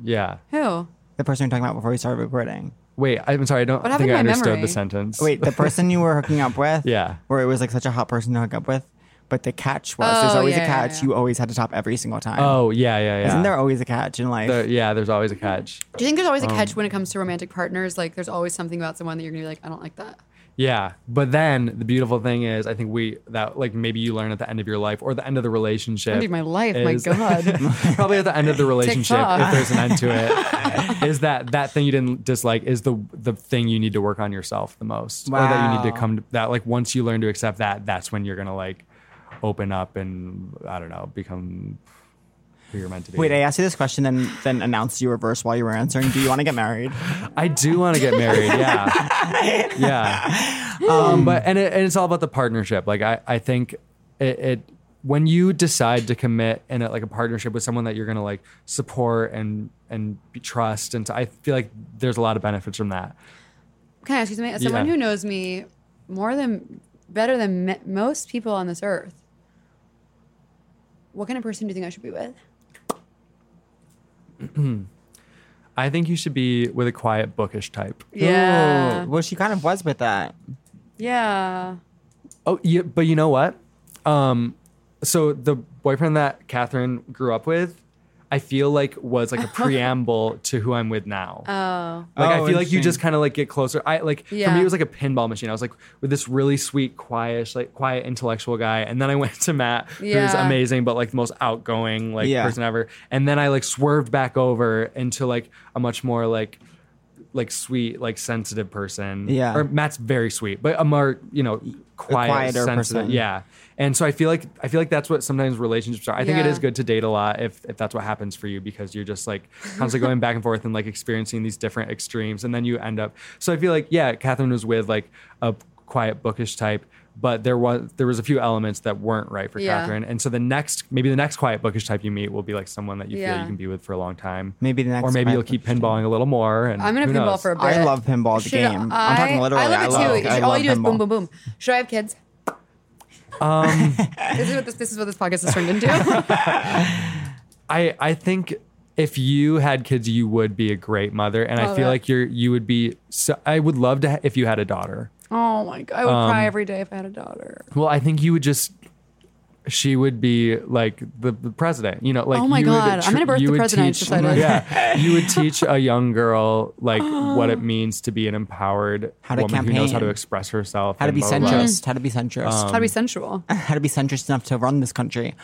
E: yeah.
D: Who?
C: The person we were talking about before we started recording.
E: Wait, I'm sorry. I don't
D: What happened
E: think
D: to
E: I
D: my
E: understood
D: memory?
E: the sentence.
C: Wait, the person you were hooking up with?
E: Yeah.
C: Where it was like such a hot person to hook up with. But the catch was there's
D: Oh,
C: always
D: yeah,
C: a
D: yeah,
C: catch.
D: yeah.
C: You always had to top every single time.
E: Oh yeah, yeah, yeah.
C: Isn't there always a catch in life?
E: There- yeah, there's always a catch.
D: Do you think there's always a
E: Um,
D: catch when it comes to romantic partners? Like, there's always something about someone that you're gonna be like, I don't like that.
E: Yeah, but then the beautiful thing is, I think we that like maybe you learn at the end of your life or the end of the relationship.
D: End of my life, my
E: is-
D: God.
E: probably at the end of the relationship,
D: TikTok.
E: if there's an end to it, is that that thing you didn't dislike is the the thing you need to work on yourself the most, or that you need to
C: Wow.
E: come to, that like once you learn to accept that, that's when you're gonna like open up and I don't know become who you're meant to be.
C: Wait, I asked you this question and then announced you were versed while you were answering. Do you want to get married?
E: I do want to get married. Yeah. yeah. Um, but, and, it, and it's all about the partnership. Like, I, I think it, it, when you decide to commit in a, like a partnership with someone that you're going to like support and, and be- trust. And so I feel like there's a lot of benefits from that.
D: Can I ask you something? As someone
E: Yeah.
D: who knows me more than better than me- most people on this earth, what kind of person do you think I should be with?
E: I think you should be with a quiet bookish type.
D: Yeah.
C: Ooh, well, she kind of was with that.
D: Yeah.
E: Oh, yeah, but you know what? Um, so the boyfriend that Catherine grew up with, I feel like was like a preamble to who I'm with now.
D: Oh.
E: Like
C: Oh,
E: I feel like you
C: interesting.
E: just kind of like get closer. I like for me
D: Yeah.
E: it was like a pinball machine. I was like with this really sweet, quiet, like quiet intellectual guy, and then I went to Matt, who's
D: Yeah.
E: amazing, but like the most outgoing like
C: Yeah.
E: person ever. And then I like swerved back over into like a much more like like sweet, like sensitive person.
C: Yeah.
E: Or Matt's very sweet, but a more you know quiet,
C: quieter
E: sensitive.
C: person.
E: Yeah. And so I feel like I feel like that's what sometimes relationships are. I think it
D: Yeah.
E: is good to date a lot if if that's what happens for you because you're just like constantly going back and forth and like experiencing these different extremes and then you end up. So I feel like yeah, Catherine was with like a quiet bookish type, but there was there was a few elements that weren't right for
D: Yeah.
E: Catherine. And so the next maybe the next quiet bookish type you meet will be like someone that you feel
D: Yeah.
E: you can be with for a long time.
C: Maybe the next
E: or maybe
C: quiet
E: you'll keep
C: bookish type.
E: pinballing a little more. And
D: I'm gonna
E: who
D: pinball
E: knows?
D: for a bit.
C: I love pinball as a
D: Should
C: game. I,
D: I,
C: am talking literally.
D: I love it too.
C: love,
D: You
C: I
D: should- all
C: love
D: you do is boom,
C: pinball.
D: boom, boom. Should I have kids? Um, this is what this, this is what this podcast has turned into.
E: I I think if you had kids, you would be a great mother, and I
D: Oh,
E: feel
D: yeah.
E: like you're you would be. So, I would love to ha- if you had a daughter.
D: oh my god, I would
E: Um,
D: cry every day if I had a daughter.
E: Well, I think you would just. She would be like the, the president, you know. Like,
D: Oh my
E: you
D: God, I'm
E: tr-
D: gonna birth
E: you
D: the
E: would
D: president, I just decided.
E: yeah, you would teach a young girl like what it means to be an empowered
C: How to
E: woman who knows how to
C: campaign.
E: express herself,
C: How to
E: and
C: be
E: blah, blah, blah.
C: centrist? How to be centrist?
D: How
E: um,
D: to be sensual.
C: how to be centrist enough to run this country?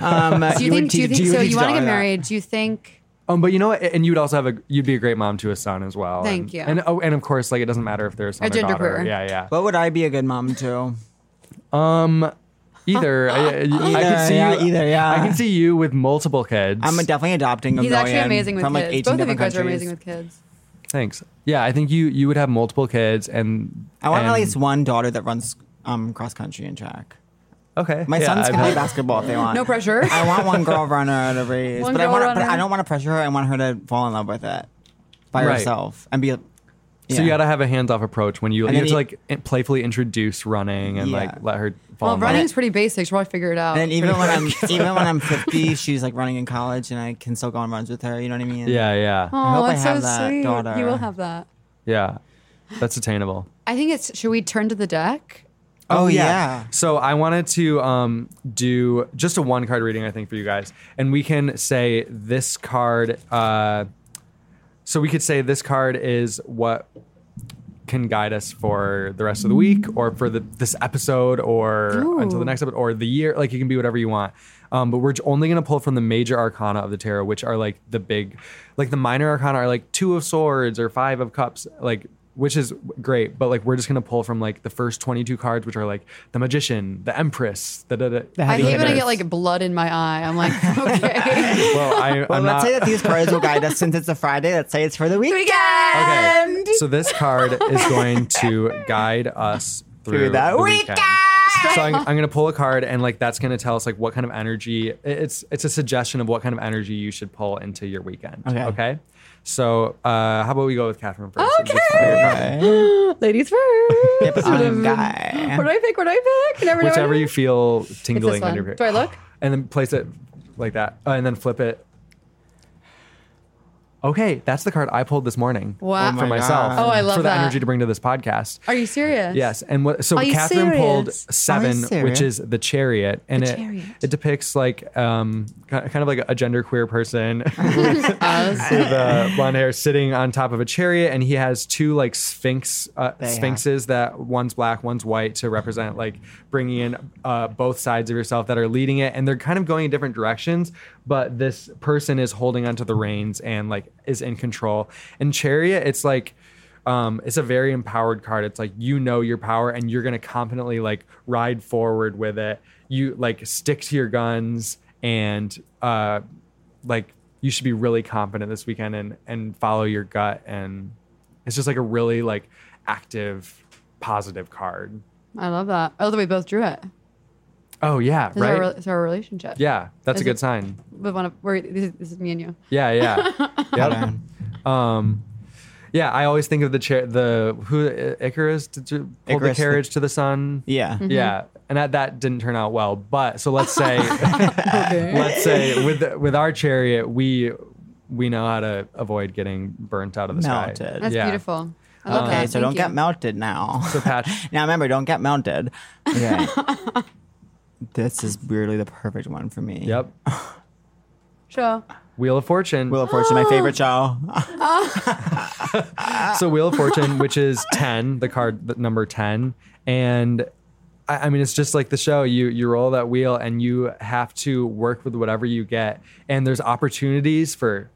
C: Um,
D: Do you, think?
C: would
D: Do you
C: teach-
D: think? so
C: would
D: you
C: teach
D: want to
C: daughter
D: get
C: that.
D: married? Do you think?
E: Um, but you know, what? and you'd also have a you'd be a great mom to a son as well.
D: Thank
E: and,
D: you.
E: And oh, and of course, like it doesn't matter if there's son
D: A
E: or daughter.
D: genderqueer.
E: Yeah, yeah.
C: What would I be a good mom to?
E: Either I, I- I
C: Either,
E: can see
C: yeah,
E: you.
C: either, yeah.
E: I can see you with multiple kids.
C: I'm definitely adopting a
D: He's
C: million
D: actually amazing with
C: from like 18
D: kids. Both of you
C: different
D: guys are
C: countries.
D: amazing with kids.
E: Thanks. Yeah, I think you you would have multiple kids, and
C: I want at
E: and-
C: least one daughter that runs um, cross country and track.
E: Okay,
C: My
E: yeah,
C: sons
E: I
C: can play
E: bet.
C: basketball if they want.
D: No pressure.
C: I want one girl runner at every race,
D: One
C: but I
D: girl
C: want, but
D: runner.
C: I don't want to pressure her. I want her to fall in love with it by
E: Right.
C: herself and be. a-
E: So you
C: yeah.
E: gotta have a hands off approach when you,
C: And
E: you
C: then
E: have to
C: you-
E: like in- playfully introduce running and
C: Yeah.
E: like let her fall.
D: Well,
E: in love.
D: running's pretty basic. She'll probably figure it out.
C: Oh, And then even
D: pretty
C: when I'm
D: quick.
C: even when I'm 50, she's like running in college, and I can still go on runs with her. You know what I mean?
E: Yeah, yeah,
C: I hope
D: oh,
C: I
D: that's so
C: have that
D: sweet.
C: daughter.
D: You will have that.
E: yeah. That's attainable.
D: I think it's. Should we turn to the deck?
C: Oh, yeah.
E: So I wanted to um, do just a one card reading, I think, for you guys, and we can say this card. Uh, so we could say this card is what can guide us for the rest of the week, or for the this episode, or until the
D: Ooh.
E: next episode, or the year. Like you can be whatever you want. Um, but we're j- only going to pull from the major arcana of the tarot, which are like the big, like the minor arcana are like two of swords or five of cups, like which is great. But like we're just going to pull from like the first twenty-two cards, which are like the magician, the empress, da da da.
D: I
C: Heavy
D: hate when I
C: hitters.
D: get like blood in my eye. I'm like, okay.
E: Well, I,
C: Well,
E: I'm
C: let's
E: not.
C: say that these cards will guide us since it's a Friday. Let's say it's for the week.
D: Weekend!
E: Okay, so this card is going to guide us
C: Through
E: through,
C: the
E: weekend. So I'm, I'm going to pull a card, and like that's going to tell us like what kind of energy. it- It's it's a suggestion of what kind of energy you should pull into your weekend.
C: Okay.
E: So uh, how about we go with Catherine first? and just-
C: Okay.
D: Ladies first.
C: Yep, I'm
D: What do
C: guy.
D: I pick? What do I pick? You Never know. what I
E: Whichever
D: pick.
E: you feel
D: It's
E: tingling
D: this
E: under
D: one.
E: your.
D: Do I look?
C: Oh,
E: And then place it like that, uh, and then flip it. Okay, that's the card I pulled this morning.
D: Wow.
C: Oh
E: for
C: my
E: myself.
C: God. Oh,
D: I love
E: for the
D: that.
E: energy to bring to this podcast.
D: Are you serious?
E: Yes, and what, so
D: Are you
E: Catherine pulled
D: serious?
C: Are
E: seven,
C: you serious?
E: which is the chariot, and
D: The
E: it
D: Chariot.
E: it depicts like um ki- kind of like a genderqueer person
D: Us.
E: with uh, blonde hair sitting on top of a chariot, and he has two like sphinx uh,
C: have-
E: sphinxes that one's black, one's white to represent like bringing in uh, both sides of yourself that are leading it, and they're kind of going in different directions. But this person is holding onto the reins and like is in control. And chariot, it's like. Um, it's a very empowered card. It's like you know your power and you're gonna confidently like ride forward with it. You like stick to your guns and uh like you should be really confident this weekend and and follow your gut and it's just like a really like active positive card
D: I love that. Oh, that we both drew it.
E: oh yeah
D: This is
E: right
D: our, re- this is our relationship.
E: yeah that's a
D: Is
E: good
D: it-
E: sign
D: But one of, we're, this, is- this is me and you.
E: yeah yeah yeah um yeah i always think of the chair the who I- icarus did you pull the
C: Icarus, the-
E: carriage to the sun
C: Yeah.
D: Mm-hmm.
E: yeah and that, that didn't turn out well but so let's say let's say with with our chariot we we know how to avoid getting burnt out of the sky
C: Melted.
D: That's
E: Yeah.
D: beautiful. I love
C: Okay,
D: that.
C: so
D: Thank
C: don't
D: you.
C: get melted now.
E: So Patch,
C: Now remember, don't get melted. Okay. this is weirdly the perfect one for me.
E: Yep.
D: Sure.
E: Wheel of Fortune.
C: Wheel of Fortune, my favorite show.
E: so Wheel of Fortune, which is ten, the card the number ten, and I, I mean it's just like the show. You you roll that wheel and you have to work with whatever you get, and there's opportunities for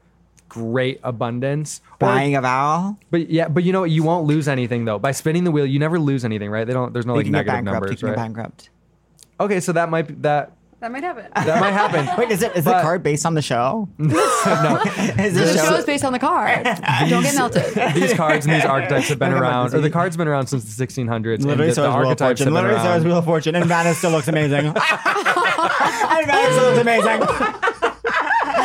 E: great abundance. Or-
C: Buying a vowel.
E: but yeah, but you know what? You won't lose anything though. By spinning the wheel, you never lose anything, right? They don't. There's no
C: You
E: like
C: can get
E: negative
C: bankrupt. You
E: numbers,
C: can get
E: right?
C: bankrupt.
E: Okay, so that might be, that
D: That might happen.
E: that might happen.
C: Wait, is it is
E: But-
C: the card based on the show? no. Is
D: the
C: this
D: show
C: show?
D: is based on the card. don't get melted.
E: these cards and these archetypes have been
C: Never mind,
E: around,
C: this
E: or the
C: is-
E: card's been around since the 1600s.
C: Literally,
E: and the,
C: so
E: the
C: is Wheel of
E: archetypes have
C: Fortune.
E: been
C: Literally, so
E: around.
C: is Wheel of Fortune, and Vanna still looks amazing. and Vanna still looks amazing.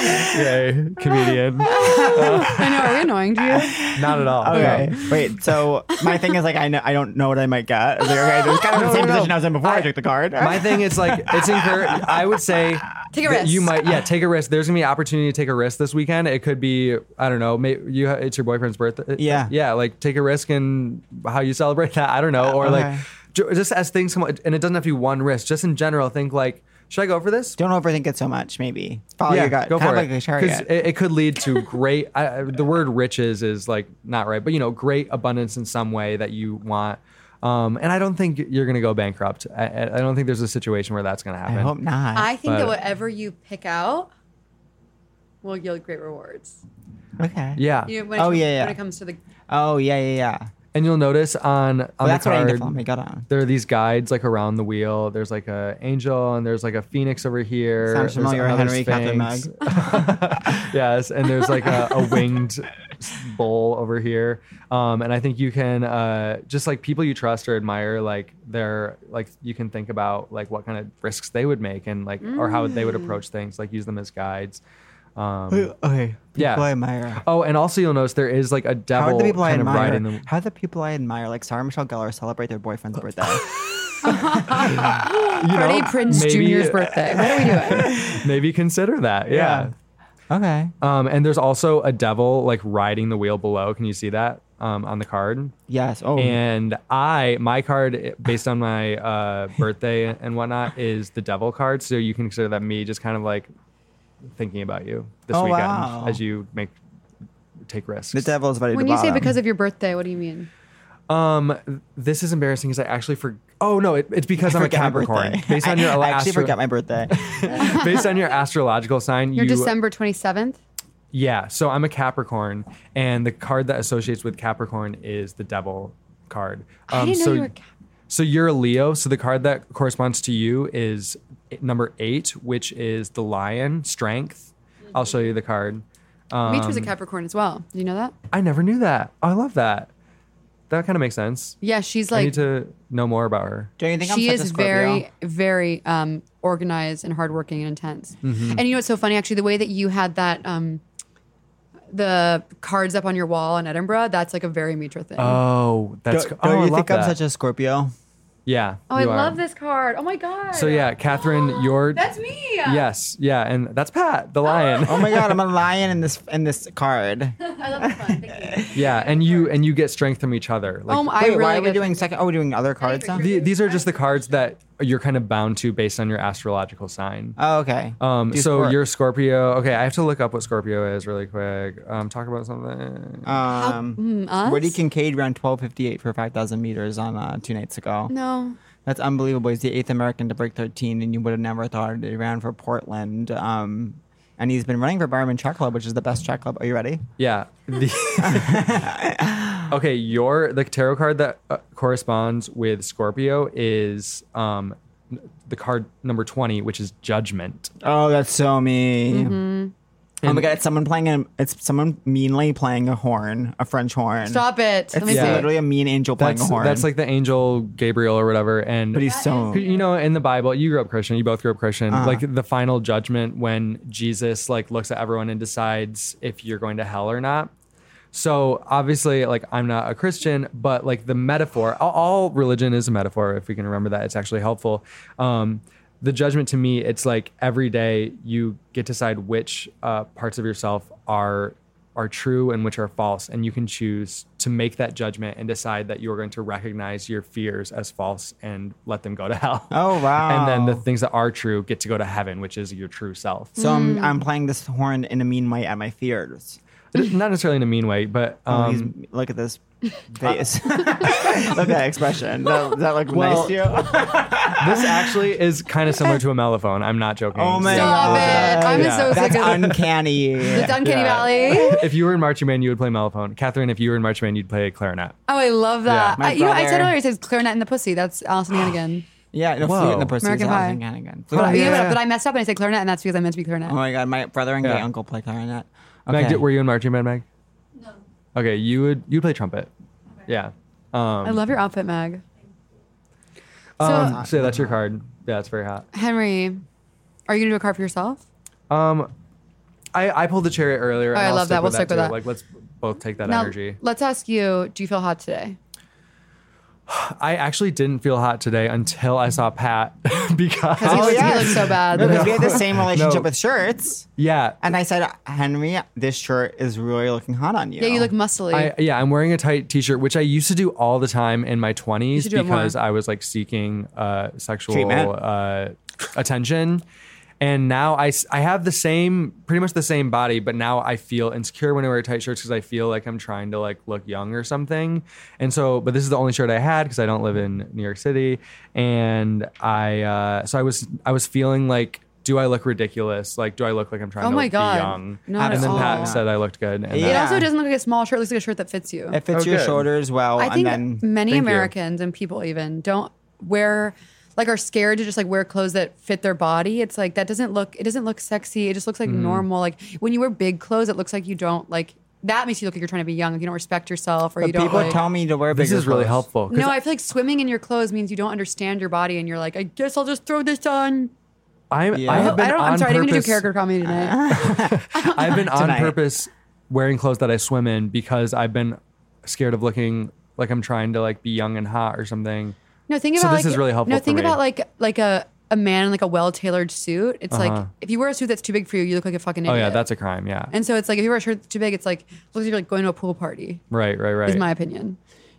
E: Yay, comedian.
D: I know. Are we annoying to you?
E: Not at all.
C: Okay,
E: No.
C: wait. So my thing is like I know I don't know what I might get. I was like, okay, this is kind of the
E: No,
C: same
E: no,
C: position
E: no.
C: I was in before I,
E: I-
C: took the card.
E: My thing is like it's incur. I would say
D: Take a
E: that
D: risk.
E: You might yeah take a risk. There's gonna be opportunity to take a risk this weekend. It could be I don't know. Maybe you ha- it's your boyfriend's birthday.
C: Yeah.
E: yeah. Like take a risk in how you celebrate that. I don't know. Or like
C: Okay.
E: ju- just as things come, and it doesn't have to be one risk. Just in general, think like should I go for this?
C: Don't overthink it so much. Maybe follow your gut.
E: go
C: kind
E: for
C: of
E: it.
C: like a
E: 'Cause
C: chariot.
E: it, it could lead to great. I, I- the word riches is like not right, but you know, great abundance in some way that you want. Um, and I don't think you're going to go bankrupt. I, I I don't think there's a situation where that's going to
C: I
E: happen.
C: hope not.
D: I think that
E: But-
D: whatever you pick out will yield great rewards.
C: okay.
E: Yeah.
D: You know, when it
C: Oh,
D: comes-
C: yeah, yeah.
D: When it comes to the
C: Oh yeah, yeah, yeah.
E: And you'll notice on on
C: Well, that's
E: the
C: what I
E: card.
C: need to follow my gut on.
E: there are these guides like around the wheel. There's like a angel and there's like a phoenix over here.
C: Sounds
E: There's
C: familiar,
E: another
C: Henry, Catherine
E: sphinx. yes, and there's like a, a winged bull over here. Um, and I think you can uh, just like people you trust or admire, like they're like you can think about like what kind of risks they would make and like or how they
C: Mm.
E: would approach things. Like use them as guides. Um,
C: Okay.
E: Yeah.
C: People I admire.
E: oh, and also you'll notice there is like a devil
C: How are the people I
E: kind of
C: admire?
E: riding them.
C: How do the people I admire, like Sarah Michelle Gellar, celebrate their boyfriend's birthday?
E: You
D: Freddie
E: know,
D: Prince
E: maybe-
D: Jr.'s birthday. What are we doing?
E: Maybe consider that. yeah.
C: Okay.
E: Um, and there's also a devil like riding the wheel below. Can you see that? um, on the card.
C: Yes. Oh.
E: And I, my card, based on my uh, birthday and whatnot, is the devil card. So you can consider that me just kind of like thinking about you this
C: Oh,
E: weekend
C: wow.
E: as you make take risks.
C: the devil is very.
D: When you say because of your birthday, what do you mean?
E: um, this is embarrassing because I actually for oh no, it, it's because I am a Capricorn. Based on your
C: I actually
E: astro-
C: forgot my birthday.
E: based on your astrological sign,
D: Your
E: you uh,
D: December 27th?
E: yeah. So I'm a Capricorn, and the card that associates with Capricorn is the devil card.
D: I didn't know
E: um, so
D: you were Cap-
E: So you're a Leo. So the card that corresponds to you is number eight, which is the lion, strength. I'll show
D: Mm-hmm.
E: you the card. Um,
D: Mitch was a Capricorn as well. Did you know that?
E: I never knew that. Oh, I love that. That kind of makes sense.
D: Yeah, she's
E: I
D: like
E: need to know more about her.
C: Do you think I'm
D: she
C: such a
D: is
C: Scorpio?
D: very, very um, organized and hardworking and intense.
C: Mm-hmm.
D: And you know what's so funny? Actually, the way that you had that, um, the cards up on your wall in Edinburgh, that's like a very Mitra thing.
E: Oh, that's
C: Don't,
E: oh,
C: don't
E: I
C: you
E: love
C: think
E: that.
C: I'm such a Scorpio?
E: yeah.
D: oh, I
E: you are.
D: love this card. Oh my God.
E: So yeah, Catherine, you're
D: That's me.
E: yes, yeah, and that's Pat, the lion.
C: Oh my god, I'm a lion in this in this card. Wait,
D: I love this one. Thank you.
E: yeah, and you and you get strength from each other. Like,
D: Oh, I really
C: why are we
D: get-
C: doing second? Oh, we're doing other cards now.
E: the- these are just the cards that you're kind of bound to based on your astrological sign.
C: Oh, okay.
E: Um,
C: Do
E: so
C: Scorp-
E: you're Scorpio. Okay, I have to look up what Scorpio is really quick. Um, talk about something.
C: Um,
D: hmm, Us?
C: Woody Kincaid ran 12:58 for 5,000 meters on uh, two nights ago.
D: No.
C: That's unbelievable. He's the eighth American to break 13, and you would have never thought it. He ran for Portland. Um, and he's been running for Barman Track Club, which is the best track club. Are you ready?
E: Yeah. The- okay, your the tarot card that uh, corresponds with Scorpio is um, the card number twenty, which is Judgment.
C: Oh, that's so me.
D: Mm-hmm.
C: Oh my god, it's someone playing a, it's someone meanly playing a horn, a French horn.
D: Stop it. Let
C: It's
D: me
E: Yeah.
D: see.
C: literally a mean angel playing
E: That's
C: a horn.
E: that's like the angel Gabriel or whatever. And
C: but he's so
E: you know in the bible you grew up christian you both grew up christian like the final judgment when jesus like looks at everyone and decides if you're going to hell or not so obviously like i'm not a christian but like the metaphor all, all religion is a metaphor if we can remember that it's actually helpful um the judgment to me it's like every day you get to decide which uh, parts of yourself are are true and which are false and you can choose to make that judgment and decide that you're going to recognize your fears as false and let them go to hell
C: Oh, wow.
E: and then the things that are true get to go to heaven which is your true self
C: So I'm,
D: Mm.
C: I'm playing this horn in a mean way at my fears.
E: not necessarily in a mean way but
C: Oh,
E: um,
C: he's, look at this face. look at that expression. Does that, does that look nice
E: Well-
C: to you?
E: this actually is kind of similar to a mellophone i'm not joking
C: Oh my
D: Stop
C: God.
D: it. I'm
E: Yeah.
D: so sick
C: That's
D: of it.
C: uncanny.
D: It's Uncanny
E: Yeah.
D: Valley.
E: if you were in marching band you would play mellophone catherine if you were in marching band you'd play clarinet
D: Oh, I love that.
C: My
D: I, you know, I said
C: brother- Oh.
D: earlier, it says clarinet in the pussy. That's Allison Hannigan.
C: yeah, no, flute in the
E: Whoa.
C: pussy.
D: American
C: is
D: Pie.
C: Allison Hannigan.
D: But, I-
C: Flute-
D: you know what?
E: yeah.
D: But I messed up and I said clarinet, and that's because I meant to be clarinet.
C: Oh my God, my brother and gay
E: Yeah.
C: uncle play clarinet.
E: Meg,
C: Okay.
E: did, were you in marching band, Meg? No. Okay, you would you play trumpet? Yeah. Um,
D: I love your outfit, Meg. So,
E: um, so that's your card. Yeah, it's very hot.
D: Henry, are you gonna do a card for yourself?
E: Um, I I pulled the chariot earlier. and
D: Oh, I
E: I'll
D: love that. We'll stick with
E: too.
D: that.
E: Like, let's both take that energy.
D: let's ask you: Do you feel hot today?
E: I actually didn't feel hot today until I saw Pat because
D: Because he,
C: Oh,
D: looks- he
C: yes.
D: looks so bad.
C: No, because we had the same relationship
E: No.
C: with shirts.
E: yeah.
C: And I said, Henry, this shirt is really looking hot on you.
D: Yeah, you look muscly.
E: I, yeah, I'm wearing a tight T-shirt, which I used to do all the time in my 20s
D: should do it
E: because
D: more.
E: I was like seeking uh, sexual
C: Treatment.
E: uh, attention, and now I s- I have the same, pretty much the same body, but now I feel insecure when I wear tight shirts because I feel like I'm trying to like look young or something, and so but this is the only shirt I had because I don't live in New York City, and I uh, so I was I was feeling like. Do I look ridiculous? Like, do I look like I'm trying
D: Oh
E: to
D: my
E: like,
D: God.
E: be young?
D: Not
E: and
D: at
E: then
D: all.
E: Pat said I looked good. And
C: Yeah.
D: it
E: that-
D: also doesn't look like a small shirt; it looks like a shirt that fits you.
C: It fits
E: Oh,
C: your
E: good.
C: shoulders well.
D: I think
C: and then
D: many
E: Thank you.
D: Americans and people even don't wear like are scared to just like wear clothes that fit their body. It's like that doesn't look it doesn't look sexy. It just looks like
E: Hmm.
D: normal. Like when you wear big clothes, it looks like you don't like that makes you look like you're trying to be young. Like you don't respect yourself or you
C: but
D: don't
C: people
D: like,
C: tell me to wear
E: This
C: bigger
E: is really
C: clothes.
E: helpful. 'cause
D: No, I feel like swimming in your clothes means you don't understand your body and you're like, I guess I'll just throw this on.
E: I'm,
C: Yeah. I
E: I have
C: don't-
E: been
D: I don't
E: on
D: I'm sorry, I didn't mean to do
E: purpose. Uh-huh.
D: character comedy tonight.
E: I've been on
C: tonight.
E: purpose wearing clothes that I swim in because I've been scared of looking like I'm trying to like be young and hot or something.
D: No, think
E: So
D: about
E: this
D: like,
E: is really helpful
D: No,
E: for
D: think
E: me.
D: about like like a a man in like a well tailored suit, it's like if you wear a suit that's too big for you, you look like a fucking
E: Uh-huh. Oh
D: idiot.
E: yeah, that's a crime. Yeah.
D: and so it's like if you wear a shirt that's too big, it's like looks like you're like going to a pool party.
E: right. Right. Right.
D: Is my opinion.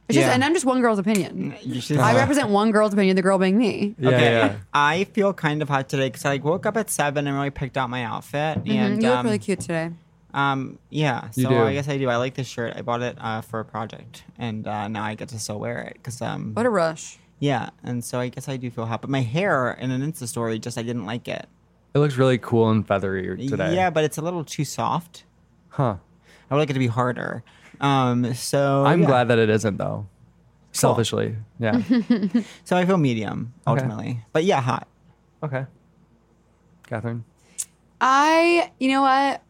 D: It's just,
C: Yeah.
D: and I'm just one girl's opinion.
C: You should-
D: I represent one girl's opinion, the girl being me.
E: yeah. Yeah.
C: I feel kind of hot today because I like, woke up at seven and really picked out my outfit.
D: Mhm,
C: And
D: you look
C: um,
D: really cute today.
C: Um, yeah. So
E: You do.
C: I guess I do. I like this shirt. I bought it uh, for a project, and uh, now I get to still wear it because um,
D: What a rush.
C: yeah. And so I guess I do feel hot. But my hair in an Insta story, just I didn't like it.
E: It looks really cool and feathery today.
C: Yeah, but it's a little too soft.
E: Huh.
C: I would like it to be harder. Um, so
E: I'm
C: yeah.
E: glad that it isn't though. Selfishly. Yeah.
C: So I feel medium
E: Okay.
C: ultimately, but yeah, hot.
E: okay. Catherine.
D: I, you know what?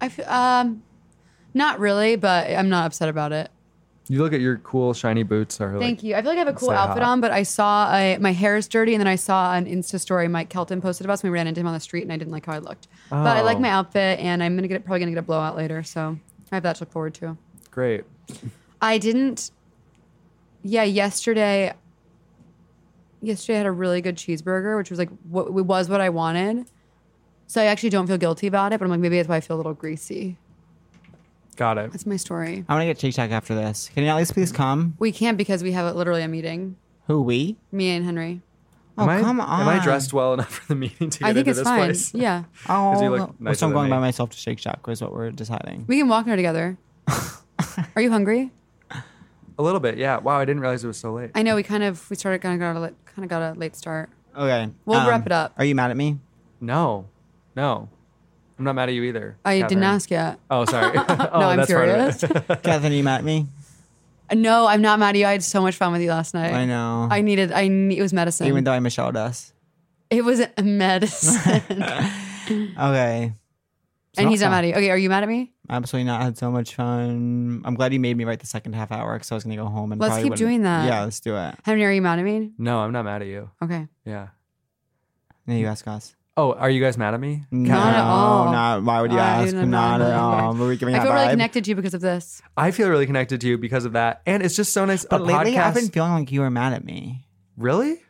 D: I, f- um, not really, but I'm not upset about it.
E: You look at your cool shiny boots are
D: Thank you. I feel like I have a cool
E: so
D: outfit
E: hot.
D: on, but I saw I, my hair is dirty, and then I saw an Insta story Mike Kelton posted about us. and We ran into him on the street, and I didn't like how I looked. But I like
E: Oh.
D: my outfit, and I'm gonna get probably gonna get a blowout later, so I have that to look forward to.
E: great.
D: I didn't. Yeah, yesterday. Yesterday I had a really good cheeseburger, which was like what it was what I wanted. So I actually don't feel guilty about it, but I'm like maybe that's why I feel a little greasy.
E: Got it.
D: That's my story.
C: I'm gonna get Tic Tac after this. Can you at least please come?
D: We can't because we have literally a meeting.
C: Who we?
D: Me and Henry.
C: Oh
E: am I,
C: come on.
E: Am I dressed well enough for the meeting to get
D: I think
E: into
D: it's
E: this
D: fine.
E: place?
D: Yeah,
C: Oh,
E: you look
C: well,
E: nicer
C: so I'm
E: than
C: going by
E: me.
C: myself to Shake Shack is what we're deciding.
D: we can walk there together. Are you hungry?
E: A little bit. Yeah. Wow. I didn't realize it was so late.
D: I know we kind of we started kind of got a late- kind of got a late start.
C: Okay, um,
D: We'll wrap it up.
C: Are you mad at me?
E: No. No. I'm not mad at you either.
D: I
E: Catherine.
D: didn't ask yet.
E: Oh, sorry. oh,
D: no, I'm
E: that's part of it.
D: furious.
C: Catherine, are you mad at me?
D: no, I'm not mad at you. I had so much fun with you last night.
C: I know.
D: I needed. I ne- it was medicine.
C: Even though I Michelled us.
D: It was a medicine.
C: Okay.
D: and he's
C: not
D: not mad at you. Okay, are you mad at me?
C: Absolutely not. I had so much fun. I'm glad you made me write the second half hour because I was gonna go home and
D: Let's
C: probably
D: keep
C: wouldn't-
D: doing that.
C: Yeah, let's do it.
D: Henry, are you mad at me?
E: No, I'm not mad at you.
D: Okay.
E: Yeah.
C: Now you ask us.
E: Oh, are you guys mad at me?
D: Not at
C: No,
D: all.
C: Not, why would you
D: I
C: ask?
D: didn't-
C: Not at
D: I'm not
C: all. Were we giving
D: I
C: that
D: feel really
C: vibe?
D: connected to you because of this.
E: I feel really connected to you because of that, and it's just so nice.
C: But
E: a
C: lately,
E: podcast,
C: I've been feeling like you were mad at me.
E: really.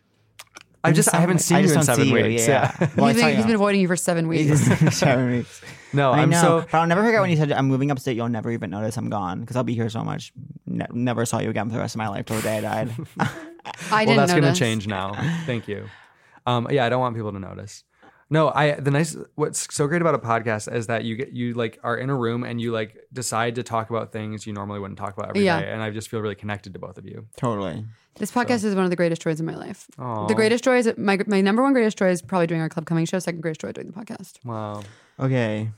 E: I just I haven't seen
C: I
E: you
C: just
E: in
C: don't
E: seven
C: see you,
E: weeks.
C: yeah. Well, I
D: he's
C: saw
D: been, he's
C: you.
D: been avoiding you for seven weeks.
C: seven weeks.
E: No,
C: I
E: I'm
C: know.
E: so
C: but I'll never forget when you said I'm moving upstate. You'll never even notice I'm gone because I'll be here so much. Ne- never saw you again for the rest of my life till the day I died.
D: I
E: well.
D: didn't
E: That's
D: notice.
E: gonna change now. Thank you. Um, yeah, I don't want people to notice. No, I the nice what's so great about a podcast is that you get you like are in a room and you like decide to talk about things you normally wouldn't talk about every day,
D: Yeah.
E: and I just feel really connected to both of you.
C: totally.
D: This podcast is one of the greatest joys in my life.
E: Aw.
D: The greatest joy is my my number one greatest joy is probably doing our club coming show. Second greatest joy doing the podcast.
E: Wow.
C: Okay.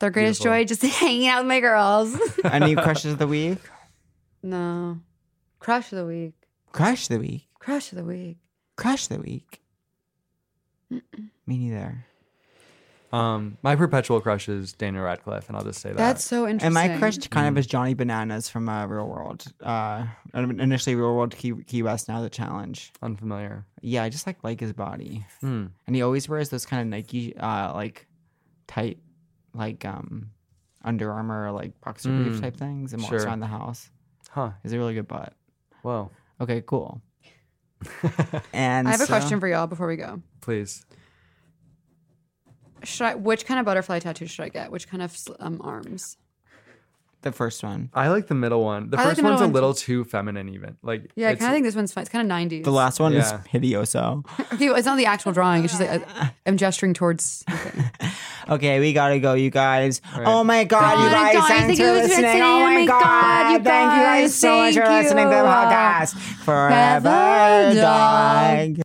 D: Third greatest
E: Beautiful.
D: joy just hanging out with my girls.
C: Any crushes of the week?
D: no, crush of the week.
C: Crush the week.
D: Crush of the week.
C: Crush the week. Me neither.
E: Um, my perpetual crush is Daniel Radcliffe, and I'll just say that.
D: That's so
C: And
D: interesting.
C: my crush kind of is Johnny Bananas from uh, Real World. Uh, initially, Real World Key, Key West, now the challenge.
E: unfamiliar.
C: Yeah, I just like like his body,
E: Hmm.
C: and he always wears those kind of Nike, uh, like tight, like um, Under Armour like boxer brief
E: Mm,
C: type things, and walks
E: sure.
C: around the house.
E: Huh.
C: He's a really good butt.
E: Whoa.
C: Okay, cool. and
D: I have a
C: so-
D: question for y'all before we go.
E: Please.
D: Should I? Which kind of butterfly tattoo should I get? Which kind of sl- um, arms?
C: The first one,
E: I like the middle one. The
D: I like
E: first
D: the middle
E: one's a
D: one,
E: little too feminine, even. Like,
D: Yeah, I
E: it's-
D: kind of think this one's fine. It's kind of nineties.
C: the last one is
E: Yeah.
C: Hideoso.
D: Okay, well, it's not the actual drawing. It's just like I, I'm gesturing towards.
C: Okay, we gotta go, you guys. Oh my god,
D: Thank
C: you
D: you
C: guys,
D: guys. Thank
C: thanks for
D: you for
C: listening.
D: listening.
C: Oh my god,
D: you
C: thank you guys
D: guys.
C: so much for
D: Thank
C: listening to the
D: you.
C: podcast. Forever
D: Forever
C: dog.